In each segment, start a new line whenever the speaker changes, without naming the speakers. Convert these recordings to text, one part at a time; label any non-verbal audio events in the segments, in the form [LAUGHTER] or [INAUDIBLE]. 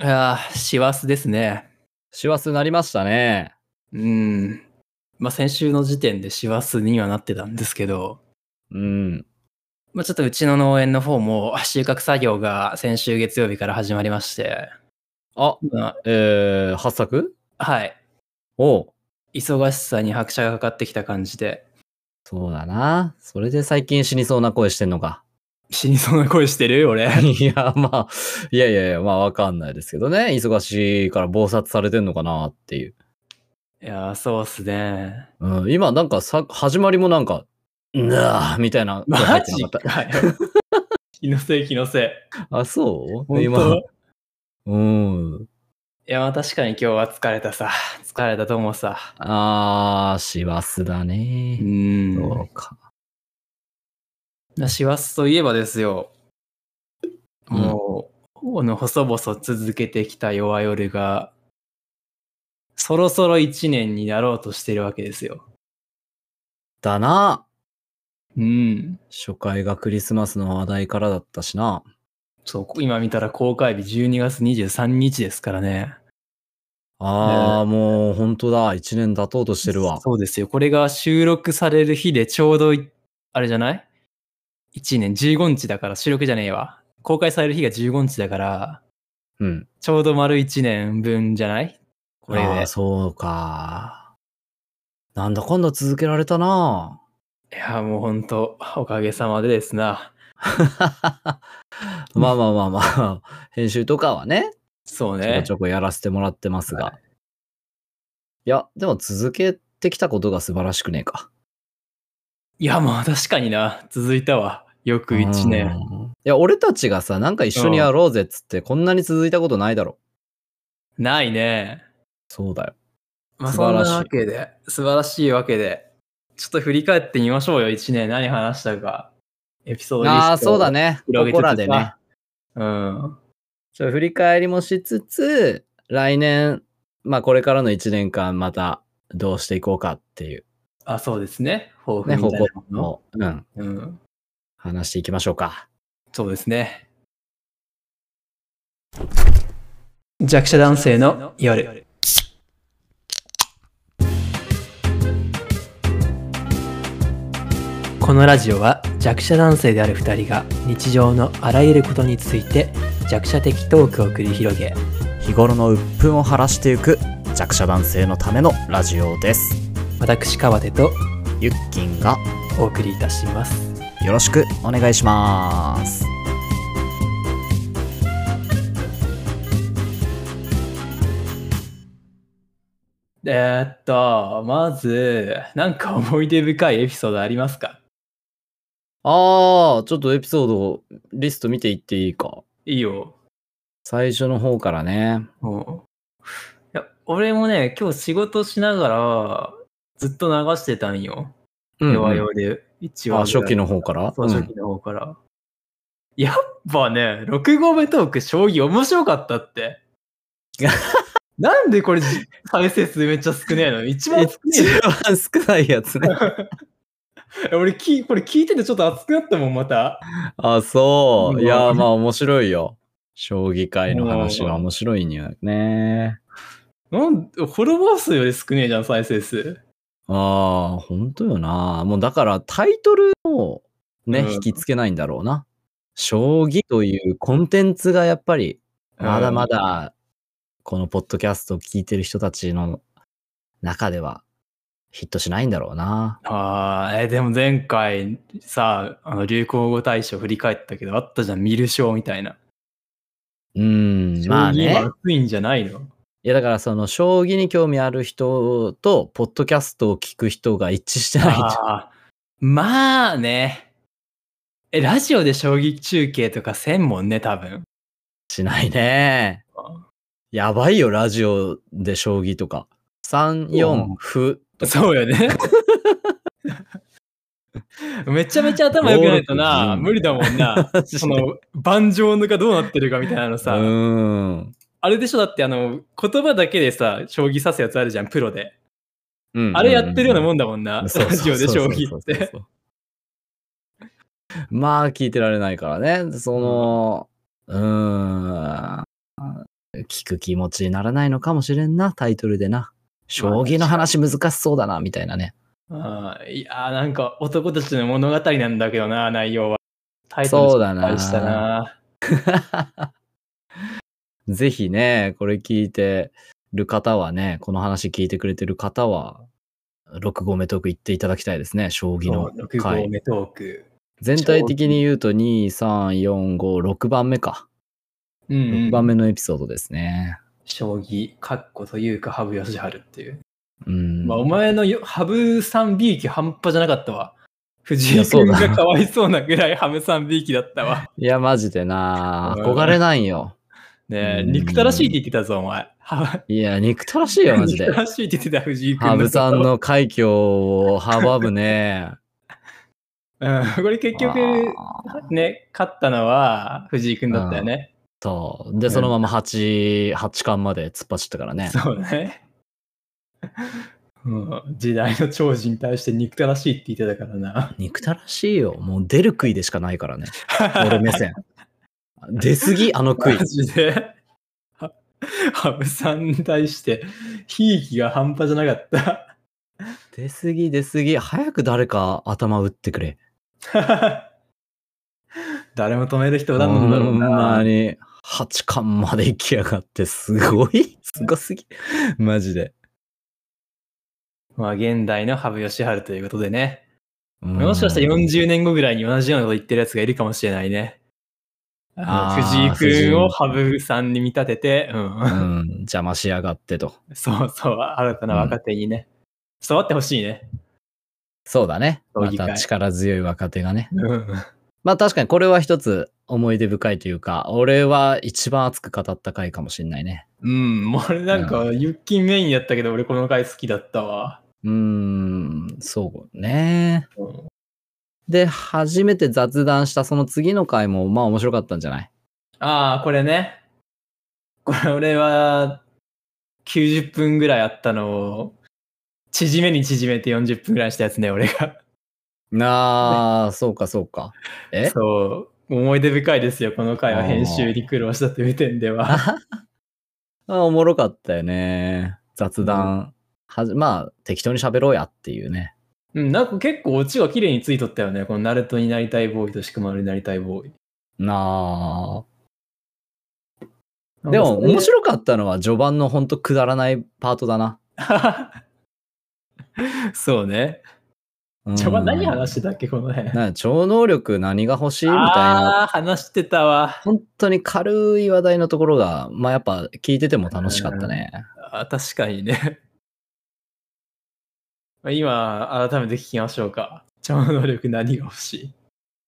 ああ、師走ですね。
師走になりましたね。
うん。まあ、先週の時点で師走にはなってたんですけど、
うん。
まあ、ちょっとうちの農園の方も収穫作業が先週月曜日から始まりまして、
あ、
ま
えー、発作
あ、はい。
おう
忙しさに拍車がかかってきた感じで、
そうだな。それで最近死にそうな声してん
[LAUGHS]
のか。
死にそうな声してる俺。
いや、まあ、いやいやいや、まあわかんないですけどね。忙しいから暴殺されてんのかなっていう。
いやー、そうっすね。
うん、今なんかさ、始まりもなんか、なあ、みたいな声入
マ
って
ジ
なかっ
かよ。気のせい気のせい。
た。あ、そう
本
今
当。
うん。
いや、まあ確かに今日は疲れたさ。疲れたと思うさ。
あー、師走だね。
ん
そうか。
師走といえばですよ、
うん
もう、この細々続けてきた弱夜が、そろそろ1年になろうとしてるわけですよ。
だな。
うん。
初回がクリスマスの話題からだったしな。
そう、今見たら公開日12月23日ですからね。
ああ、もう本当だ。一年経とうとしてるわ。
そうですよ。これが収録される日でちょうどい、あれじゃない ?1 年15日だから、収録じゃねえわ。公開される日が15日だから、
うん。
ちょうど丸1年分じゃないこれ
あ
で
あ、。そうか。なんだかんだ続けられた [LAUGHS] な。
いや、もう本当おかげさまでですな。
まあまあまあまあ、編集とかはね、
そう
ちょこ
ね
ち。ょこやらせてもらってますが。、
はい
や、でも続けてきたことが素晴らしくねえか。
いや、まあ確かにな。続いたわ。よく1年。
うん。いや、俺たちがさ、なんか一緒にやろうぜっつって、こんなに続いたことないだろ。
ないね。
そうだよ。
まあ
素
そ
晴
んな
らしい
わけで、素晴らしいわけで、ちょっと振り返ってみましょうよ、1年。何話したか。エピソードリスト
ああ、そうだ。ね。こ
広げて
こ
た
らでね。
うん。
ちょっと振り返りもしつつ、来年、まあこれからの1年間またどうしていこうかっていう
あ、そうですね。抱負
ね、
みた
方
い
向
なもの。
を、うん、
うん。
話していきましょうか。
そうですね。弱者男性の夜。このラジオは弱者男性である2人が日常のあらゆることについて弱者的トークを繰り広げ
日頃の鬱憤を晴らしていく弱者男性のためのラジオです。
私川手と
ゆっきんが
お送りいたします
よろしくお願いします。
えーっとまずなんか思い出深いエピソードありますか
ああ、ちょっとエピソードリスト見ていっていいか。
いいよ
最初の方からね。
うんいや俺もね今日仕事しながらずっと流してたんよ
うんうん
弱々で一
あ
話ぐらい
初期の方から
そう、
うん
初期の方から。やっぱね、6合目トーク、将棋面白かった
[LAUGHS]
って。なんでこれ、じ再生数めっちゃ少ねえの一番少
一
ね
番少ないやつね。
えの。俺き、これ聞いててちょっと熱くなったもん、また。
あ、そう。いや、
うん
まあ面白いよ。将棋界の話は面白いんやね。
なんフォロワー数より少ねえじゃん、再生数。
ああ、本当よな。もうだからタイトルをね、
うん
引きつけないんだろうな。将棋というコンテンツがやっぱり、まだまだ、このポッドキャストを聞いてる人たちの中ではヒットしないんだろうな。
ああ、え、でも前回さ、あの流行語大賞振り返ったけど、あったじゃん、見る賞みたいな。
うん、まあね。
将棋今熱いんじゃないの
いやだからその将棋に興味ある人と、ポッドキャストを聞く人が一致してないと。
あーまあね。え、ラジオで将棋中継とかせんもんね、多分。
しないね。やばいよ、ラジオで将棋とか。3、4、歩。
そうよね。 [LAUGHS] めちゃめちゃ頭良くないとな、
ゴールド
無理だもん
[LAUGHS]
な。その、盤上のがどうなってるかみたいなの
う
さ、
ーん。
あれでしょ、だってあの、言葉だけでさ、将棋指すやつあるじゃん、プロで。
うん
あれやってるようなも
ん
んだもんな、ラ
そう
ジオで将棋
そう
っ
そうそう
て。
そう。まあ、聞いてられないからね。その、うーん。聞聞く気持ちにならないのかもしれんな、タイトルでな。将棋の話難しそうだな、みたいなね。
あーいやーなんか男たちの物語なんだけどな、内容は。タイ
そう
トル
だな
失敗したな。
ぜひね、これ聞いてる方はね、この話聞いてくれてる方は、6合目トーク行っていただきたいですね、将棋の
6
回
号。目トーク。
全体的に言うと、2、3、4、5、6番目か。
うんうん
6番目のエピソードですね。
将棋、かっこというか、羽生善治っていう。
うん。
まあ、お前のよ羽生さん B 級半端じゃなかったわ。藤
いや
井
そう
君
だ
がかわいそうなぐらい [LAUGHS] 羽生さん B 級だったわ。
いや、マジでな、
うん
憧れないよ。
ねえ、
うん
憎たらしいって言ってたぞ、お
[LAUGHS]
前。はい
や、憎たらしいよ、マジ
憎
で
た。らしいって言ってた藤井君
羽
のこ
生
と
さんの快挙を阻むね。
うん、これ結局、
あ
[LAUGHS]
ー
ね、勝ったのは藤井君だったよね。
そう。で、そのまま8、八冠まで突っ走ったからね。
そうね。 [LAUGHS] うん、時代の超人に対して憎たらしいって言ってたからな。
憎たらしいよ。もう出る杭でしかないからね。俺目線。出
[LAUGHS]
すぎ、あの杭
マ。ジで。は羽生さんに対して、ひいきが半端じゃなかった。 [LAUGHS]
出すぎ、出すぎ。早く誰か頭打ってくれ。
誰も止める人おらん
ほ
のだろうん
ま
な。
に、8冠まで行きやがって、すごい。すごすぎ。マジで。
まあ、現代の羽生善治ということでね。
うん
もしかしたら40年後ぐらいに同じようなこと言ってるやつがいるかもしれないね。
あ
あ
ー
の藤井君を
藤井
羽生さんに見立てて、うん。
うん、邪魔しやがってと。
[LAUGHS] そうそう、新たな若手にね。伝わってほしいね。
そうだね。
将
ま
棋界
た力強い若手がね。
うん。
まあ確かにこれは一つ思い出深いというか、俺は一番熱く語った回かもしんないね。
うん、もう俺なんか、ユッキンメインやったけど、俺この回好きだったわ。
うーん、そうね。
うん
で、初めて雑談したその次の回も、まあ面白かったんじゃない
ああ、これね。これ俺は、90分ぐらいあったのを、縮めに縮めて40分ぐらいしたやつね、俺が。
ああ、そうかそうか。え
そう。思い出深いですよ、この回は編集に苦労したという点では。
あおもろかったよね。雑談。はじまあ適当に喋ろうやっていうね。
うん、なんか結構オチが綺麗についとったよね。このナルトになりたいボーイとシクマルになりたいボーイ。
なあ。でも面
い。
白かったのは序盤のほんとくだらないパートだな。
[LAUGHS] そうね。
うん
序盤何話してたっけ、この辺。
なんか超能力何が欲しいみたいな。
ああー、話してたわ。
本当に軽い話題のところが、まあやっぱ聞いてても楽しかったね。
あー確かにね。 [LAUGHS] 今、改めて聞きましょうか。超能力何が欲しい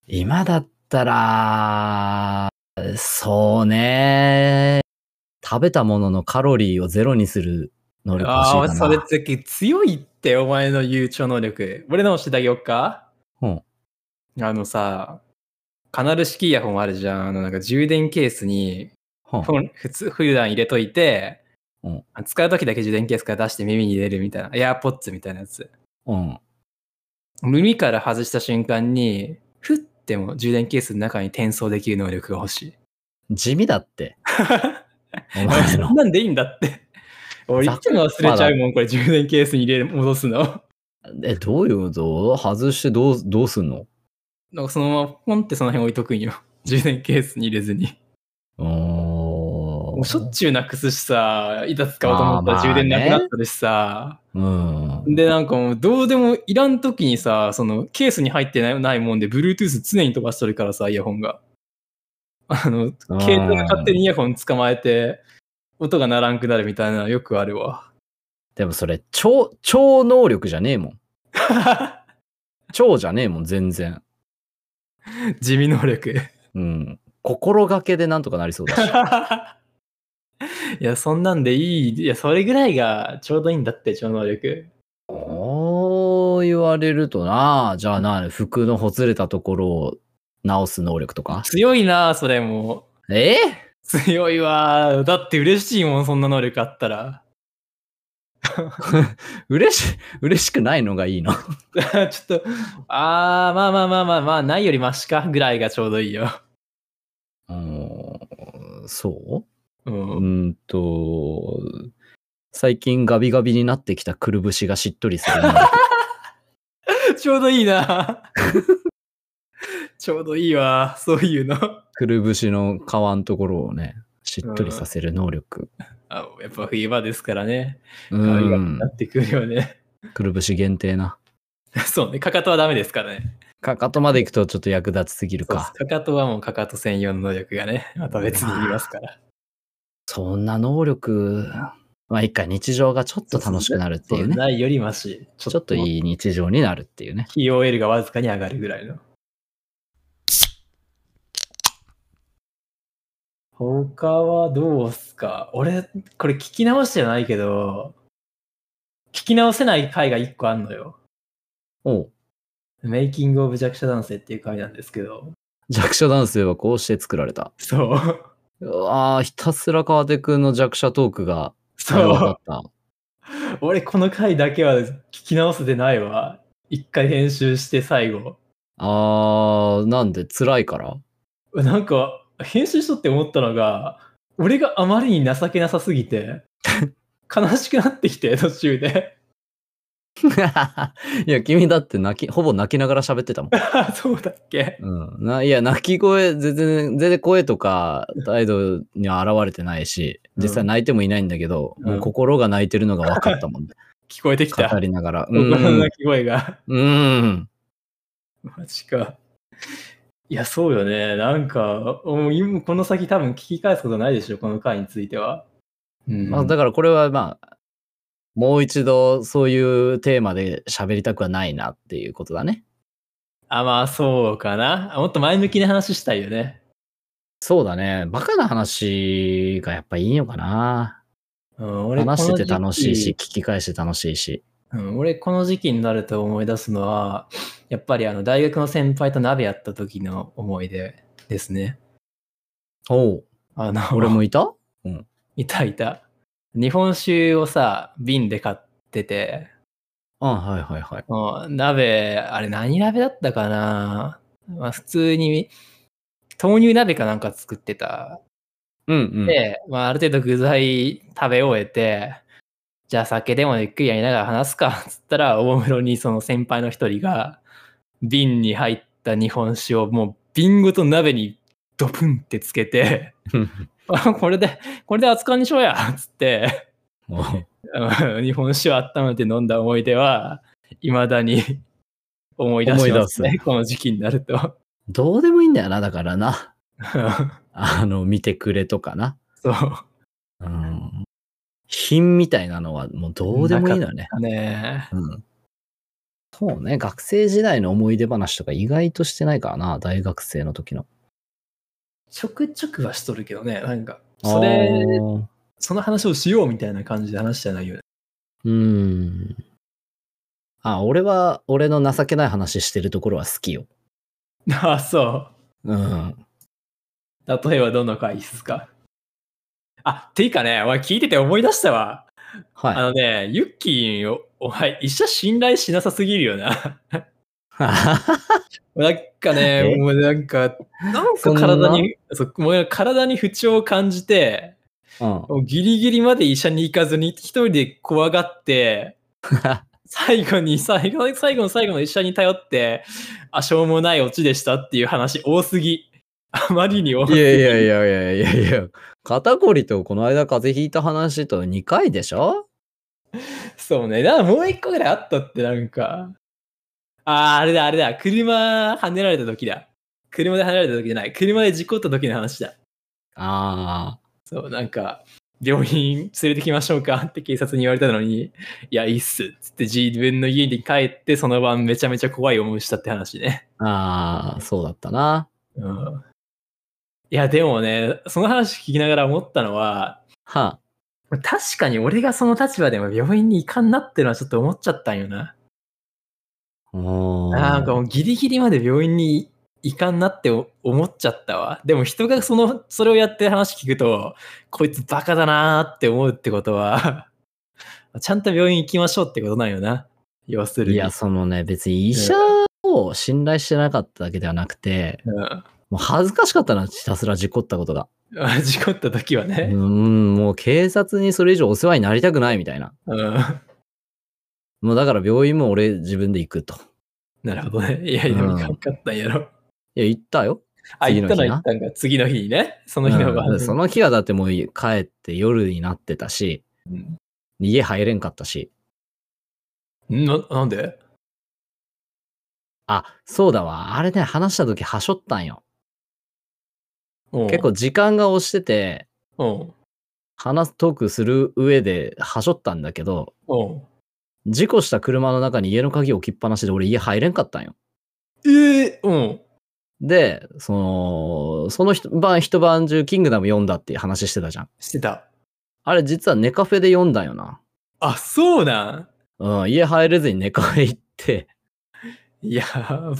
今だったら、そうね。食べたもののカロリーをゼロにする能力
あ
欲
あ、
しい
そ
か
れ
な
っ。て強いって、お前の言う超能力。俺のもしてあげよっか
うん。
あのさ、カナル式イヤホンあるじゃん。あの、なんか充電ケースに、
ほん
ほん普通、普段入れといて、
うん
使うときだけ充電ケースから出して耳に入れるみたいな。エアポッツみたいなやつ。
うん。
耳から外した瞬間に、ふっても充電ケースの中に転送できる能力が欲しい。
地味だ
[LAUGHS]
って。お前
そ
の
ん。なんでいいんだ
[LAUGHS]
って。俺、いつも忘れちゃうもん、これ充電ケースに入れる戻すの。
え、どういうこと外してどう、どうすんの
なんかそのままポンってその辺置いとくんよ。 [LAUGHS] 充電ケースに入れずに。
お
も
ー
うしょっちゅうなくすしさ、いざ使おうと思ったら充電なくなったりしさ。
うん。
で、なんかもうどうでもいらん時にさ、そのケースに入ってないないもんで、Bluetooth 常に飛ばしとるからさ、イヤホンが。あの、携帯が勝手にイヤホン捕まえて、音が鳴らんくなるみたいなのよくあるわ。 [LAUGHS]
でもそれ、超、超能力じゃねえもん。超じゃねえもん、全然。
地味能力。 [LAUGHS]
うん。心がけでなんとかなりそうだし。
いや、そんなんでいい。いや、それぐらいがちょうどいいんだって、超能力。
おー言われるとな、じゃあな、服のほつれたところを直す能力とか。
強いな、それも。
え
強いわ。だって嬉しいもん、そんな能力あったら。
[LAUGHS]
[LAUGHS]
嬉し、嬉しくないのがいいの。
ちょっと、あー、まあまあまあまあまあ、ないよりマシかぐらいがちょうどいいよ。
うーんそ
う。
ううんんと、最近ガビガビになってきたくるぶしがしっとりするな。
[LAUGHS]
[LAUGHS]
ちょうどいいな。 [LAUGHS] ちょうどいいわ。そういうの。
くるぶしの皮のところをね、しっとりさせる能力。
あやっぱ冬場ですからね。
う
髪が
ん
な。ってくるよね。 [LAUGHS]
くるぶし限定な。
そうね。かかとはダメですからね。
かかとまで行くとちょっと役立ちすぎる
そうです
か。
かかとはもうかかと専用の能力がね、また別にいりますから。
そんな能力、まあ一回日常がちょっと楽しくなるってい
そうう
ね。
ないよりマシ。ち
ちょっと
い。
いい日常になるっていうね。
TOL がわずかに上がるぐらいの。他はどうっすか俺、これ聞き直してないけど、聞き直せない回が1個あんのよ。
おう
メイキングオブ弱者男性っていう回なんですけど。
弱者男性はこうして作られた。
そう。
ああ、ひたすら川手くんの弱者トークが
[LAUGHS] そ
だ
う。
った。
俺、この回だけは聞き直せてないわ。一回編集して最後。
あー、なんで辛い
[LAUGHS]
から
なんか、編集しとって思ったのが、俺があまりに情けなさすぎて、悲しくなってきて、途中で。 [LAUGHS]
いや、君だって泣き、ほぼ泣きながら喋ってたもん。
あそうだっけ
うん。な、いや、泣き声、全然、全然声とか態度には現れてないし、
うん
実際泣いてもいないんだけど、
うん
もう心が泣いてるのが分かったも
[LAUGHS]
ん、ね、
聞こえてきた
語。りながら。う
僕の
ん
鳴。き声が。
うん。
マジか。いや、そうよね。なんか、もう今この先多分聞き返すことないでしょ、この回については。うん
まあ、だからこれはまあ、もう一度そういうテーマで喋りたくはないなっていうことだね。
あ、まあ、そうかな。もっと前向きな話したいよね。
そうだね。バカな話がやっぱいいのかな。
うん、俺
話してて
この
楽
時期
しいし、聞き返して楽しいし。
うん、俺この時期になると思い出すのはやっぱりあの大学の先輩と鍋やった時の思い出ですね。
おう、
あの
[LAUGHS] 俺もいた
いたいた。日本酒をさ瓶で買ってて
あはいはいはい。
うん鍋あれ何鍋だったかな、まあ、普通に豆乳鍋かなんか作ってた。
うんうん。 [LAUGHS]
で、まあ、ある程度具材食べ終えてじゃあ酒でもゆっくりやりながら話すかっ [LAUGHS] つったらおもむろにその先輩の一人が瓶に入った日本酒をもう瓶ごと鍋にドプンってつけて [LAUGHS] あこれでこれで熱燗にしようやっつって
おう
うん [LAUGHS] 日本酒を温めて飲んだ思い出はいまだに [LAUGHS] 思い出します
思い
ねこの時期になる [LAUGHS] と
どうでもいいんだよな、だからな。
うん
あの、見てくれとかな。
そう
うん。品みたいなのはもうどうでもいいのよね。
だね
うん。そうね、学生時代の思い出話とか意外としてないからな、大学生の時の。
ちょくちょくはしとるけどねなんかそれ
あー
その話をしようみたいな感じで話してないよね。
うーん。あ、俺は、俺の情けない話してるところは好きよ。
ああ、そ
うん。
う。例えばどの回ですかあ、ていうかね、お前聞いてて思い出したわ。あ
はい。
のね、ユッキーを、お前、医者信頼しなさすぎるよ [LAUGHS] な。なんかね、
え
もうなんか、なん
そ
か
んな
体に、そうもう体に不調を感じて、
[LAUGHS] うん。
もうギリギリまで医者に行かずに、一人で怖がって、最後に最後、最後の最後の医者に頼って、あ、しょうもないオチでしたっていう話多すぎ。あまりに多す
い
ぎ。
やいやいやいやいやいや、肩こりとこの間風邪ひいた話と2回でしょ
そうね。だからもう一個ぐらいあったって、なんか。あー、あれだ、あれだ。車跳ねられた時だ。車で跳ねられた時じゃない。車で事故った時の話だ。
あ
そう、なんか、病院連れてきましょうかって警察に言われたのに、いや、いいっす。つって自分の家に帰って、その晩めちゃめちゃ怖い思いしたって話ね。
あ、ああ、そうだったな。
うんいや、でもね、その話聞きながら思ったのは、
は
確かに俺がその立場でも病院に行かんなってのはちょっと思っちゃったんよな。
あ。おー
なんかもうギリギリまで病院に行かんなって思っちゃったわ。でも人がその、それをやってる話聞くと、こいつバカだなーって思うってことは、 [LAUGHS] ちゃんと病院行きましょうってことなんよな。要するに。
いや、そのね、別に医者を信頼してなかっただけではなくて、
うん
もう恥ずかしかったな、ひたすら事故ったことが。
あ事故った時は
う
ね。
ん、もう警察にそれ以上お世話になりたくないみたいな。
うん。
もうだから病院も俺自分で行くと。
なるほどね。いや、でも行かんかったんやろ。
いや、行ったよ。
あ、
次
行った
の日な
ら行ったんか。次の日にね。その日の晩
うんその日はだってもう帰って夜になってたし、
うん
家入れんかったし。
ななんで
あ、そうだわ。あれね、話した時はしょったんよ。
結
結構時間が押してて、
構。
話すトークする上ではしょったんだけど、
うん。うん。
事故した車の中に家の鍵置きっぱなしで俺家入れんかったんよ。
ええうん。
で、その、その一晩一晩中キングダム読んだっていう話してたじゃん。
してた。
あれ実はネカフェで読んだんよな。
あ、そうなん。
うん、家入れずにネカフェ行って、 [LAUGHS]
や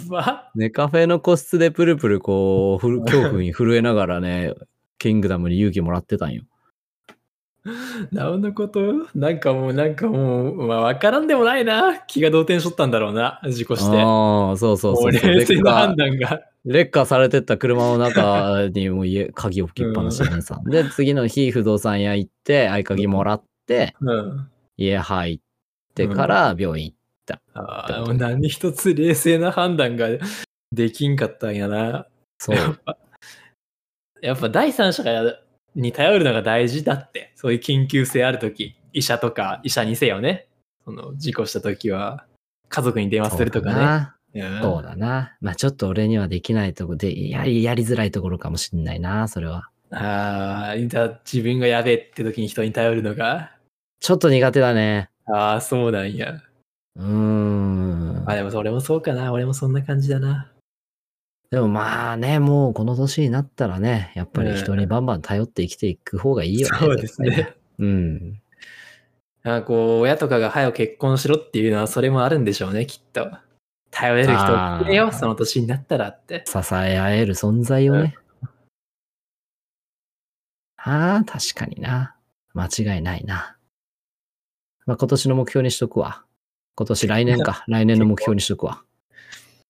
ば。
ネカフェの個室でプルプルこう、ふる恐怖に震えながらね、キングダムに勇気もらってたんよ。
なおのことなんかもう、なんかもう、まあ、わからんでもないな。気が動転しとったんだろうな。事故して。
ああ、そうそう
も
そううそう。
冷静
劣
な
化
判、断が。
劣化されてった車の中にも家、鍵置きっぱなしでさ。で、次の日、不動産屋行って、合鍵もらって、
うん。
家入ってから病院。
ああ、もう何一つ冷静な判断ができんかったんやな。
そう。
やっぱ第三者がに頼るのが大事だって。そういう緊急性あるとき。医者とか、医者にせよね。その事故したときは、家族に電話すると
そうだ
か
な
ね。うん
そうだな。まあちょっと俺にはできないとこで、やり、やりづらいところかもしんないな、それは。
ああ、じゃあ自分がやべえって時に人に頼るのが。
ちょっと苦手だね。
ああ、そうなんや。
うーん。
あでも俺もそうかな。俺もそんな感じだな。
でもまあね、もうこの年になったらね、やっぱり人にバンバン頼って生きていく方がいいよね。
そうです
絶
ね
対。。うん。
なんかこう、親とかが早く結婚しろっていうのは、それもあるんでしょうね、きっと。頼れる人を作れ
あ
よ、
ー
その年になったらって。 [LAUGHS]
支え合える存在をね。ああ、確かにな。間違いないな。まあ今年の目標にしとくわ。今年、来年か。来年の目標にしとくわ。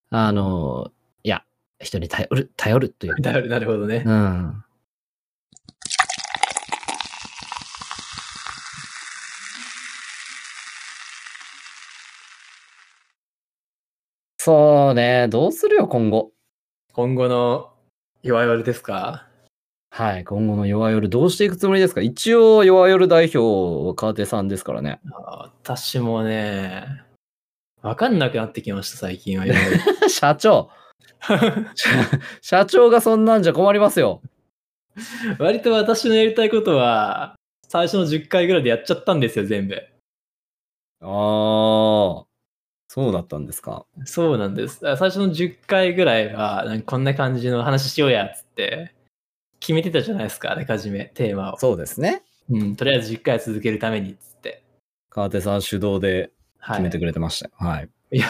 あの、いや、人に頼る、頼るという。
頼る、なるほどね
う。ん。そうね。どうするよ、今後。
今後の弱々ですか
はい。今後の弱夜どうしていくつもりですか一応、弱夜代表、川手さんですからね。 [LAUGHS]
あー私もね、わかんなくなってきました、最近は。いろいろ
社長。
[LAUGHS]
社社長がそんなんじゃ困りますよ。
割と私のやりたいことは、最初の10回ぐらいでやっちゃったんですよ、全部。
ああ。そうだったんですか。
そうなんです。あ最初の10回ぐらいは、なんかこんな感じの話しようや、つって、決めてたじゃないですか、あらかじめ、テーマを。
そうですね。
うん、とりあえず10回続けるために、つって。
川手さん主導で
はい。
くれてましたよ。はい。
いや、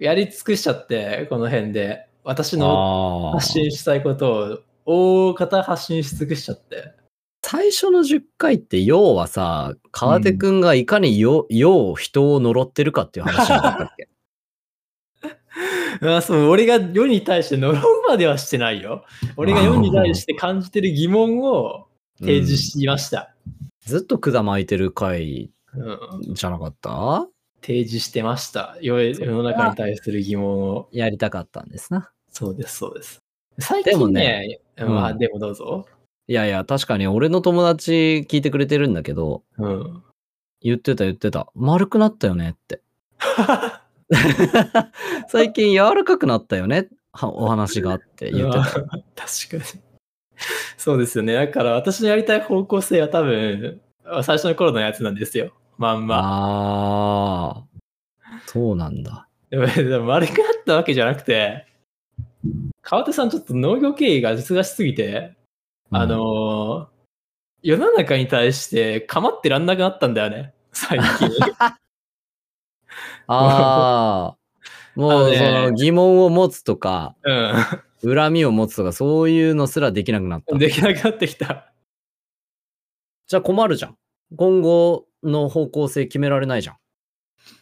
やり尽くしちゃって、この辺で。私の
あー
発信したいことを、大方発信し尽くしちゃって。
最初の10回って要はさ川手くんがいかによ、よう人を呪ってるかっていう話じゃなかったっ
[LAUGHS]
[LAUGHS] け
あそう、俺が世に対して呪うまではしてないよ。俺が世に対して感じてる疑問を提示しました。
うんずっと管巻いてる回
うん
じゃなかった
提示してました。世世の中に対する疑問を。
やりたかったんですな
そうです、そうです。最
でも
近
ね
ね、
うん
まあ、でもどうぞ。
いやいや確かに俺の友達聞いてくれてるんだけど
うん。
言ってた言ってた丸くなったよねって
[LAUGHS]
最近柔らかくなったよねはお話があって言って
うわ
た
[LAUGHS] 確かに。そうですよね。だから私のやりたい方向性は多分、最初の頃のやつなんですよ。まんま。
ああそうなんだ
でも [LAUGHS] でも丸くなったわけじゃなくて、川手さんちょっと農業経営が忙しすぎて、あのー世の中に対して構ってらんなくなったんだよね、最
[LAUGHS]
近。
ああ。
[LAUGHS]
も
あの
う、
ね
その疑問を持つとか、
う
恨みを持つとか、そういうのすらできなくなった
ん。。できなくなってきた。
じゃあ困るじゃん。今後の方向性決められないじゃん。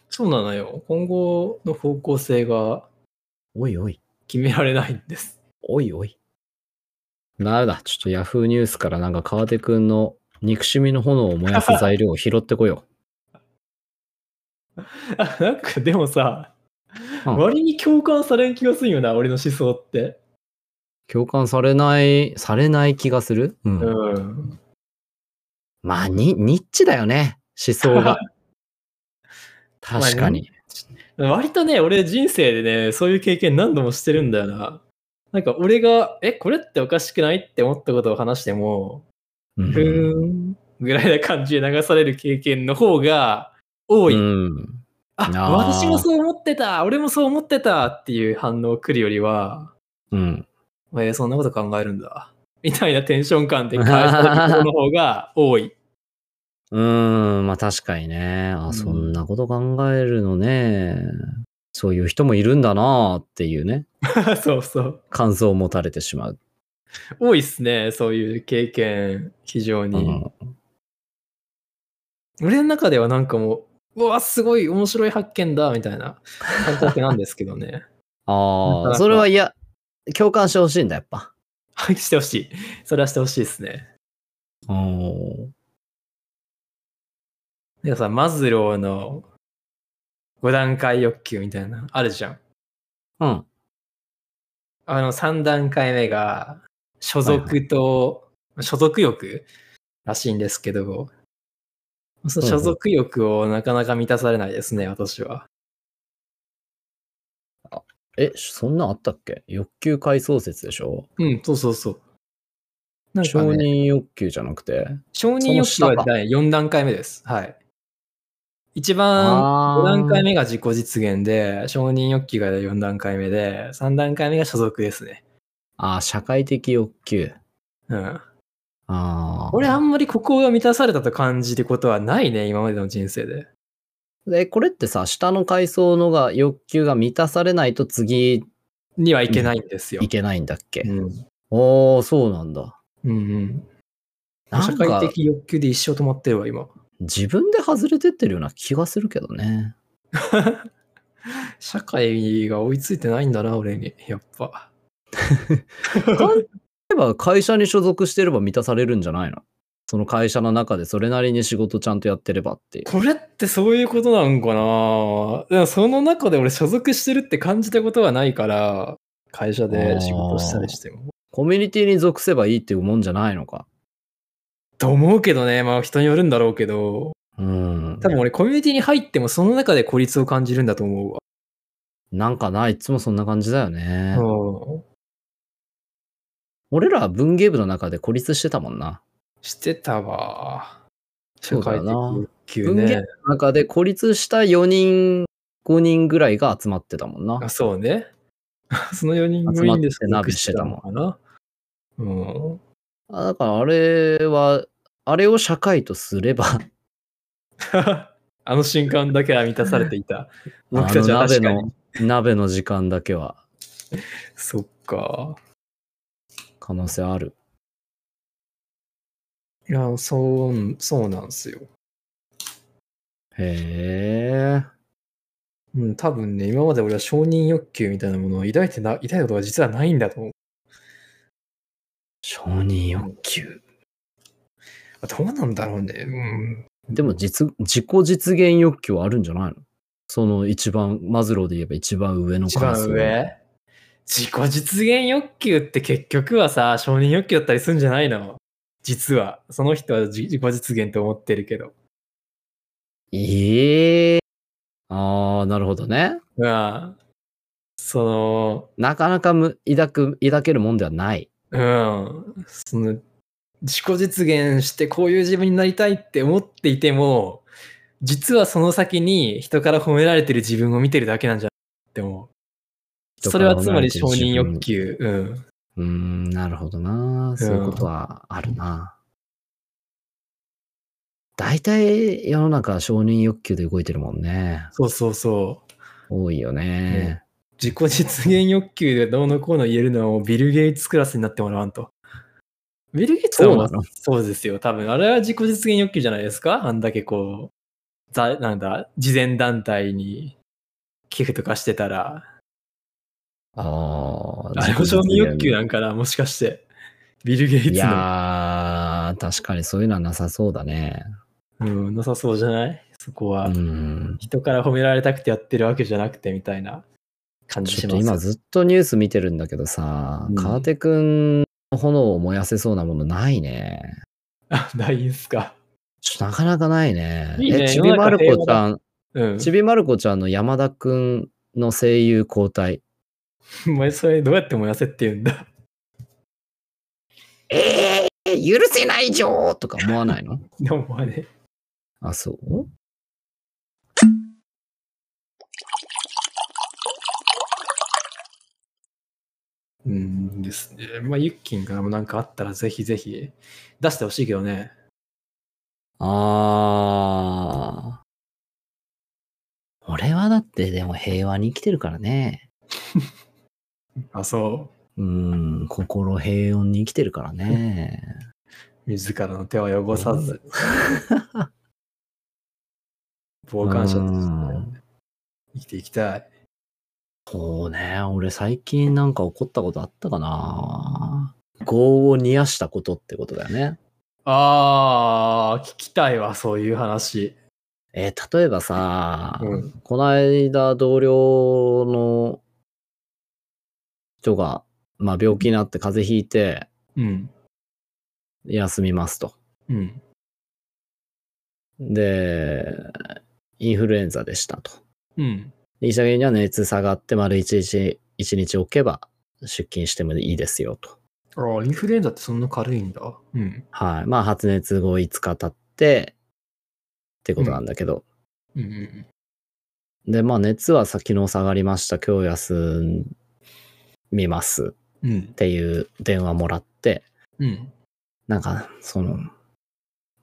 そうなのよ。今後の方向性が
おいおい、
決められないんです。
おいおい。なんだ、ちょっとヤフーニュースからなんか川手くんの憎しみの炎を燃やす材料を拾ってこよ
あなんかでもさ、
う。うん
割に共感されん気がするよな、俺の思想って。
共感されない、されない気がする。うん。
うん。
まあ、に、ニッチだよね。思想が。確かに。
割とね、俺人生でね、そういう経験何度もしてるんだよな。なんか俺が、え、これっておかしくないって思ったことを話しても、
うん
ふーんぐらいな感じで流される経験の方が多い。
うん。
あ
あー
私もそう思ってた俺もそう思ってたっていう反応来るよりは、
うん。
えーそんなこと考えるんだ。みたいなテンション感で返したことの方が多い。 [LAUGHS]
うん。まあ確かにね。あ、
ん
そんなこと考えるのね。そういう人もいるんだなっていうね。
そうそう。
感想を持たれてしまう。
多いっすね、そういう経験、非常
う
に。
ん。
俺の中ではなんかもう、うわ、すごい面白い発見だ、みたいな感覚なんですけどね。 [LAUGHS] なか
あ
な
あ、
か
それはいや、共感してほしいんだ、やっぱ。
はい、してほしい。それはしてほしいですね。
お
でもさ、マズローの5段階欲求みたいな、あるじゃん。
うん。
あの、3段階目が、所属と、所属欲らしいんですけど、その所属欲をなかなか満たされないですね、私は。
え、そんなんあったっけ欲求回想説でしょ
うん、そうそうそう。なんか、
承
ね、
認欲求じゃなくて。
承認欲求
その下
は
か
第4段階目です。はい。一番
あー
5段階目が自己実現で、承認欲求が第4段階目で、3段階目が所属ですね。
あー社会的欲求。
うん。
ああ。
俺あんまりここが満たされたと感じることはないね、今までの人生で。
で、これってさ、下の階層のが欲求が満たされないと次
にはいけないんですよ
い。けないんだっけ、
うん。
おー、そうなんだ。
うんうん。
な
社
んか
会的欲求で一生止まってるわ、今。
自分で外れてってるような気がするけどね。
社会が追いついてないんだな、俺に。やっ
[LAUGHS]
ぱ。
例えば会社に所属してれば満たされるんじゃないのその会社の中でそれなりに仕事ちゃんとやってればっていう。
これってそういうことなんかなでもその中で俺所属してるって感じたことはないから、会社で仕事したりしても。
コミュニティに属せばいいっていうもんじゃないのか。
と思うけどね、まあ人によるんだろうけど、
うん。
多分俺コミュニティに入ってもその中で孤立を感じるんだと思うわ。
なんかない、いつもそんな感じだよね。
うん。
俺ら文芸部の中で孤立してたもんな。
してたわ。社
そうだ
会
よ
的
な
欲求
文芸部
ね。
の中で孤立した4人、5人ぐらいが集まってたもんな
あ、。そうね。 [LAUGHS] その4人
集
組
まっ
で
て
所属
鍋してたも
の
ん
かな。うん。
あだからあれは、あれを社会とすれば、
あの瞬間だけは満たされていた。
[LAUGHS] あ
[LAUGHS] 僕た
の
ちは
鍋
確か
の
に。、
鍋の時間だけは
そっか。
可能性ある。
いや、そう、そうなんですよ。
へえ。
うん、多分ね、今まで俺は承認欲求みたいなものを抱いてな、抱いたことは実はないんだと思う。
承認欲求。
あどうなんだろうね。うん。
でも実、自己実現欲求はあるんじゃないのその一番、マズローで言えば一番上の
一番
層
上自己実現欲求って結局はさ、承認欲求だったりするんじゃないの実は。その人は自自己実現と思ってるけど。
ええああ、なるほどね。
うん。その、
なかなかむ抱く、抱けるもんではない。
うん、その自己実現してこういう自分になりたいって思っていても実はその先に人から褒められてる自分を見てるだけなんじゃないって思うそれはつまり承認欲。求うん
うーん、なるほどな。そういうことはあるな。大体世の中は承認欲求で動いてるもんね。
そうそうそう
多いよね。
自己実現欲求でどうのこうの言えるのはもうビル・ゲイツクラスになってもらわんとビル・ゲイツさんは
そうなの
そうですよ多分あれは自己実現欲求じゃないですかあんだけこうざなんだ慈善団体に寄付とかしてたら
ああ。
あれも承認欲求
ん
なんかな、もしかして。ビル・ゲイ
い
ツの。
やー、確かにそういうのはなさそうだね。
うん、なさそうじゃないそこは、
うん。
人から褒められたくてやってるわけじゃなくてみたいな感じ
ち
し
ょっ
ま
と
す。
今ずっとニュース見てるんだけどさ、
うん
川手くんの炎を燃やせそうなものないね。
あ、ないんすか。
ちょっとなかなかないね。
いいね
え、ちびまる
世の中
子ちゃん、
うん。
ちびまる子ちゃんの山田くんの声優交代。
お前それどうやって燃やせって言うんだ。
えー、許せないじょーとか思わな
[LAUGHS]
いの
でもまあね。
あ、そう
うんですね。まあ、ユッキンがもうなんかあったらぜひぜひ出してほしいけどね。
あー。俺はだってでも平和に生きてるからね。
あ、そう
ーん、心平穏に生きてるからね。
う。自らの手は汚さず。傍観者と
う
し
ん
て生きていきたい。
そうね。俺最近なんか怒ったことあったかな業を煮やしたことってことだよね。
あー、聞きたいわ、そういう話。
えー例えばさ、
うん
この間同僚の人が、まあ、病気になって風邪ひいて
うん。
休みますと。
うん。
で、インフルエンザでしたと。
うん。
医者には熱下がって丸1日、1日置けば出勤してもいいですよと。
あーインフルエンザってそんな軽いんだ。うん。
はい。まあ、発熱後5日経って、ってことなんだけど。
うんうん
で、まあ、熱はさ、昨日下がりました。今日休みます。
うん。う
っ
ん。
ていう電話もらって、
うん。
なんか、その、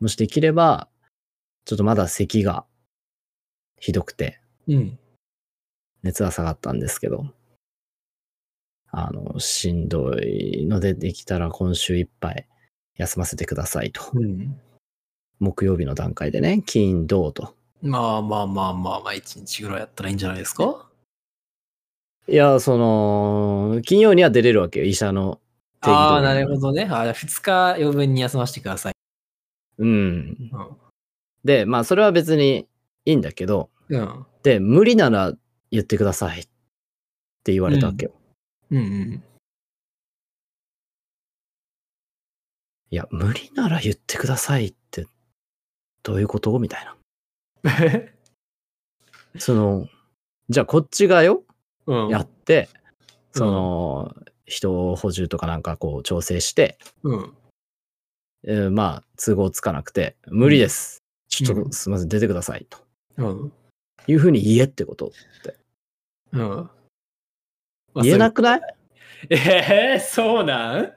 もしできれば、ちょっとまだ咳がひどくて、
うん。
熱は下がったんですけど、あの、しんどいので、できたら今週いっぱい休ませてくださいと。
うん。
木曜日の段階でね、金、土と。
まあまあまあまあまあ、一日ぐらいやったらいいんじゃないですか
いや、その、金曜には出れるわけよ、医者の定義通り
ああ、なるほどね。あーじゃあ2日余分に休ませてください。
うん。
うん。
で、まあ、それは別にいいんだけど、
うん。
で、無理なら言ってくださいって言われたわけよ。
うんうん。
いや、無理なら言ってくださいって、どういうことみたいな。その、じゃあこっちがよ、
[LAUGHS] うん。
やって、
うん
その、人を補充とかなんかこう調整して、
うん。
えーまあ、都合つかなくて、無理です。ちょっ
う
とすみません、出てください。と
うん。
いうふうに言えってこと。
うん。
言えな
く。
くない
[LAUGHS] えー、そうなん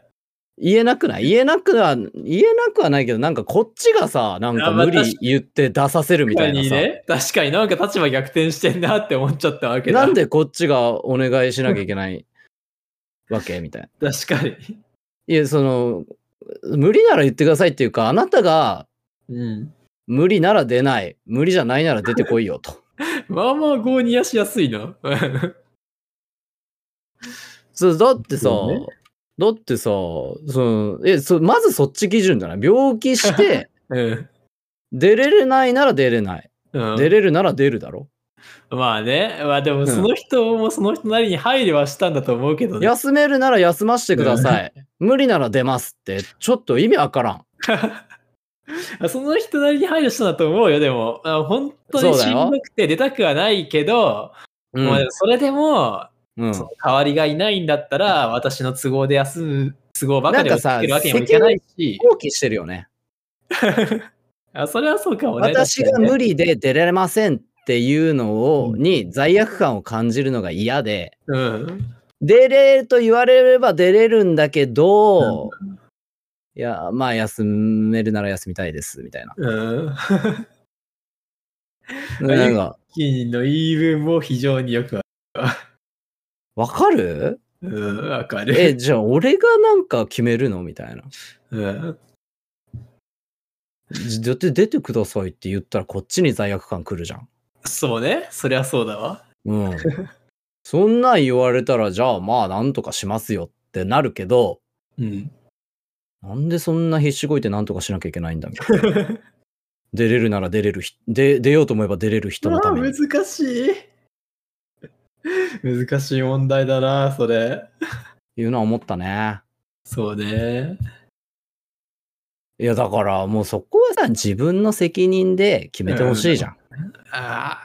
言えなくない言えなくは、言えなくはないけど、なんかこっちがさ、なんか
あまあ
無
確
理言って出させるみ
確か
たいな
に
さ。
ね。確かになんか立場逆転してんなって思っちゃったわけだ。
なんでこっちがお願いしなきゃいけないわけみたいな。
確かに。
いや、その、無理なら言ってくださいっていうか、あなたが
うん。
無理なら出ない、無理じゃないなら出てこいよと。
まあまあ、合にやしやすいな。 [LAUGHS]
そうだってさ、
そうね
だってさ、そのえそまずそっち基準じゃない病気して
[LAUGHS] うん。
出れれないなら出れない。
うん
出れるなら出るだろ。
まあね。まあでも、その人もその人なりに配慮はしたんだと思うけどね。
休めるなら休ませてください。無理なら出ますって、ちょっと意味わからん。
その人なりに配慮したんだと思うよ、でも。あ本当に
そう
し
だ
ん
よ
どくて出たくはないけど、
うん
まあでもそれでも、
うん
その代わりがいないんだったら、私の都合で休む都合ばかり
な
を
んかさ
つけるわけにもいかないし、
放棄してるよね。
あそれはそうかもね。
私
確
が
かにね
無理で出られませんっていうのを
うん
に罪悪感を感じるのが嫌で
うん。
出れると言われれば出れるんだけど、いやまあ休めるなら休みたいですみたいな
うん。 [LAUGHS]
なんか
金の言い分も非常によくわか
わかる
る。うん、わか
え
る。
じゃあ俺がなんか決めるのみたいな
うん。
じ [LAUGHS] だって出てくださいって言ったらこっちに罪悪感来るじゃん
そうね。そりゃそうだわ。
うんそんなん言われたらじゃあまあなんとかしますよってなるけど
うん。
なんでそんな必死こいてなんとかしなきゃいけないんだみたいな。出れるなら出れる人、で出ようと思えば出れる人のために。
難しい。 [LAUGHS] 難しい問題だな、それ。
いうのは思ったね。
そうね。
いや、だからもうそこはさ、自分の責任で決めてほしいじゃん。
あ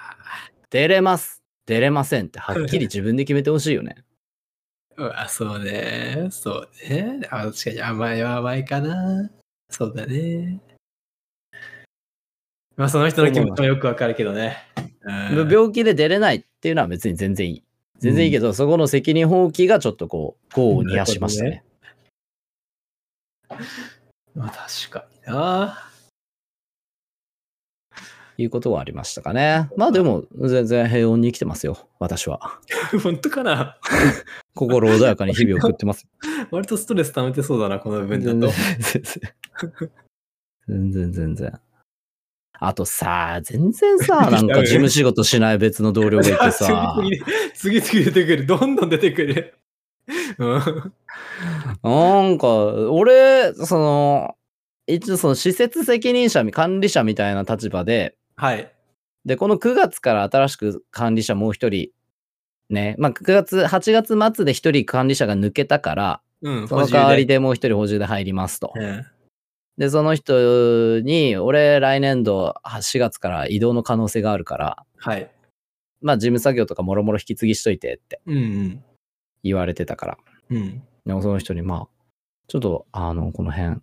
出れます、出れませんって、はっ
[LAUGHS]
きり自分で決めてほしいよね。
あ、うわ、そうね。そうね。あ確かに甘いは甘いかな。そうだね。まあ、その人の気持ちもよくわかるけどね。うん
病気で出れないっていうのは別に全然いい。全然いいけど、そこの責任放棄がちょっとこう、業を煮やしましたね。
まあ、確かにな。
いうことはありましたかね。まあでも、全然平穏に生きてますよ、私は。
[LAUGHS] 本当かな
心穏やかに日々を送ってます。
割とストレス溜めてそうだな、この
全
分
然
だと。
全然全然全然。あとさ、全然さ、なんか事務仕事しない別の同僚がいて
[LAUGHS]
さ、
次々次々出てくる。どんどん出てくる。うん。
なんか、俺、その、一応その施設責任者み、管理者みたいな立場で、
はい。
で、この9月から新しく管理者もう一人、ね、まあ9月、8月末で一人管理者が抜けたから、
うん、
その代わり
で。
でもう一人補充で入りますと。
うん
で、その人に、俺、来年度4月から移動の可能性があるから、
はい。
まあ事務作業とかもろもろ引き継ぎしといてって
うん
言われてたから。
うん。うん。
でもその人に、まあ、ちょっと、あの、この辺、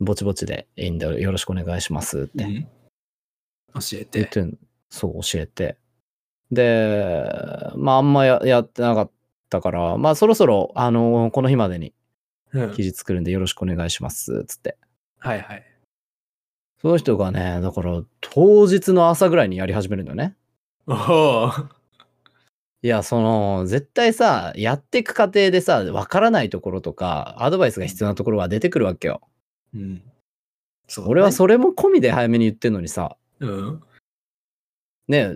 ぼちぼちでいいんだよ。よろしくお願いしますって
うん教え。
言っててん、そう教えて。で、まあ、あんまややってなかったから、まあ、そろそろ、あの、この日までに
うん
記事作るんでよろしくお願いします、つって。
はいはい。
その人がね、だから、当日の朝ぐらいにやり始めるんだよね。
おお。
いや、その、絶対さ、やっていく過程でさ、わからないところとか、アドバイスが必要なところは出てくるわけよ。
うん。そう
俺はそれも込みで早めに言ってんのにさ、
う。うん。 [LAUGHS]
ね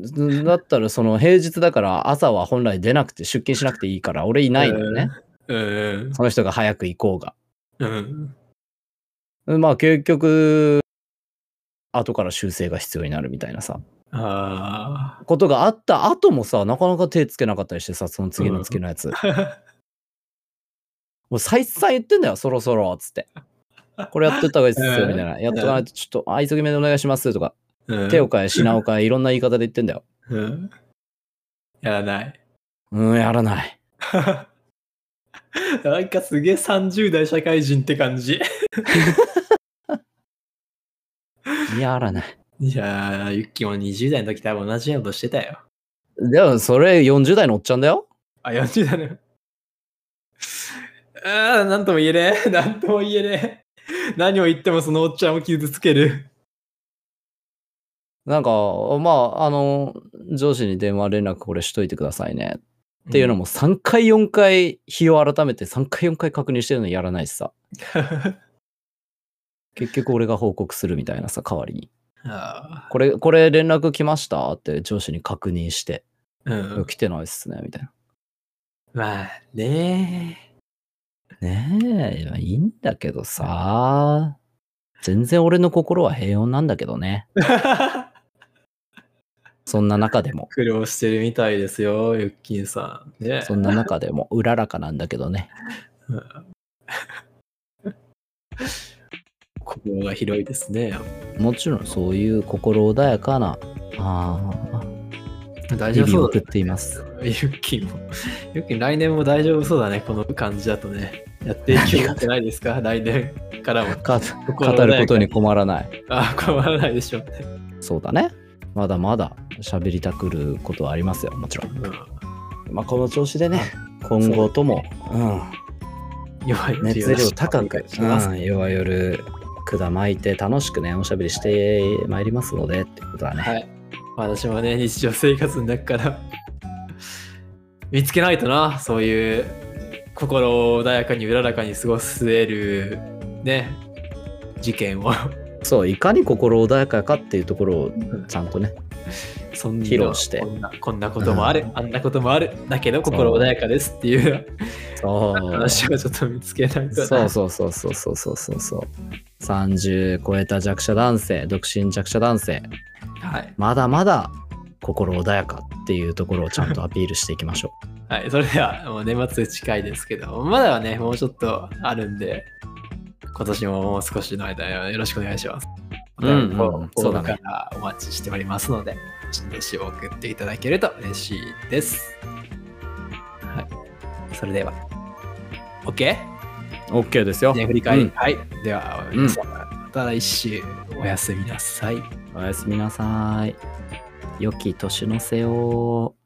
え、だったらその平日だから朝は本来出なくて出勤しなくていいから、俺いないんだよね。
うん。
その人が早く行こうが。
うん。
まあ結局、後から修正が必要になるみたいなさ、
あ
ことがあった後もさ、なかなか手つけなかったりしてさ、その次の月のやつ。
[LAUGHS] あ。
もう再三言ってんだよ、そろそろ、つって。これやっとった方がいいっすよ、みたいな。やっとかないと、ちょっと、あ、急ぎ目でお願いします、とか。手を。変え、品を変え、いろんな言い方で言ってんだよ。
うん。やらない。
うん、やらない。
なんかすげえ30代社会人って感じ。
やらない。
いやー、ユッキーも20代の時多分同じようなことしてたよ。
でも、それ40代のおっちゃんだよ。
あ、40代の。 [LAUGHS] ああ、なんとも言えねえ。 [LAUGHS] なんとも言えねえ。何を言ってもそのおっちゃんを傷つける。
なんか、まあ、あの、上司に電話連絡これしといてくださいね。っていうのも3回、4回、日を改めて3回、4回確認してるのにやらないしさ。
あ
結局俺が報告するみたいなさ、代わりに。
[LAUGHS] あ
これ、これ連絡来ましたって上司に確認して、
うん、
来てないっすね、みたいな。
まあ
[LAUGHS]
ね
ねえ、いやいいんだけどさ。全然俺の心は平穏なんだけどね。そんな中でも、
苦労してるみたいですよ、ユッキーさん。ね
そんな中でも、うららかなんだけどね。
心が広いですね。
もちろんそういう心穏やかな、ああ、
大
日
丈夫
々を
そう
送
だ
っ
ね。
ています。
ユッキーも。ユッキー来年も大丈夫そうだね、この感じだとね。やっていけるんじゃないですか、来年からも。
か
心穏やかに
語ることに困らない。
ああ、困らないでしょうね。
そうだね。まだまだ喋りたくることはありますよ、もちろん。
うん
まあ、この調子でね、今後とも、うん。
弱い
熱量高く、
します
うん、夜は夜管巻いて楽しくねおしゃべりしてまいりますのでってことだね、
はい私もね日常生活の中から見つけないとなそういう心を穏やかにうららかに過ごせるね事件を [LAUGHS]
そういかに心穏やかかっていうところをちゃんとね
そんな
披露して
こんなこんなこともある、あんなこともあるだけど心穏やかですっていう
そう。
話はちょっと見つけないとね
そうそうそうそうそうそうそうそう。30超えた弱者男性、独身弱者男性、
はい。
まだまだ心穏やかっていうところをちゃんとアピールしていきましょ
はい。それでは、もう年末近いですけど、まだはね、もうちょっとあるんで、今年ももう少しの間、よろしくお願いします。
うんうん
お便り
そ
フォ
うだ
ーム
ね
からお待ちしておりますので、どしどし送っていただけると嬉しいです。はい。それでは、OK? [LAUGHS]
う。OK ですよ
ね、振り返り、
うん
はい。では、皆さん、また来週、おやすみなさい。
おやすみなさい。良き年の瀬を。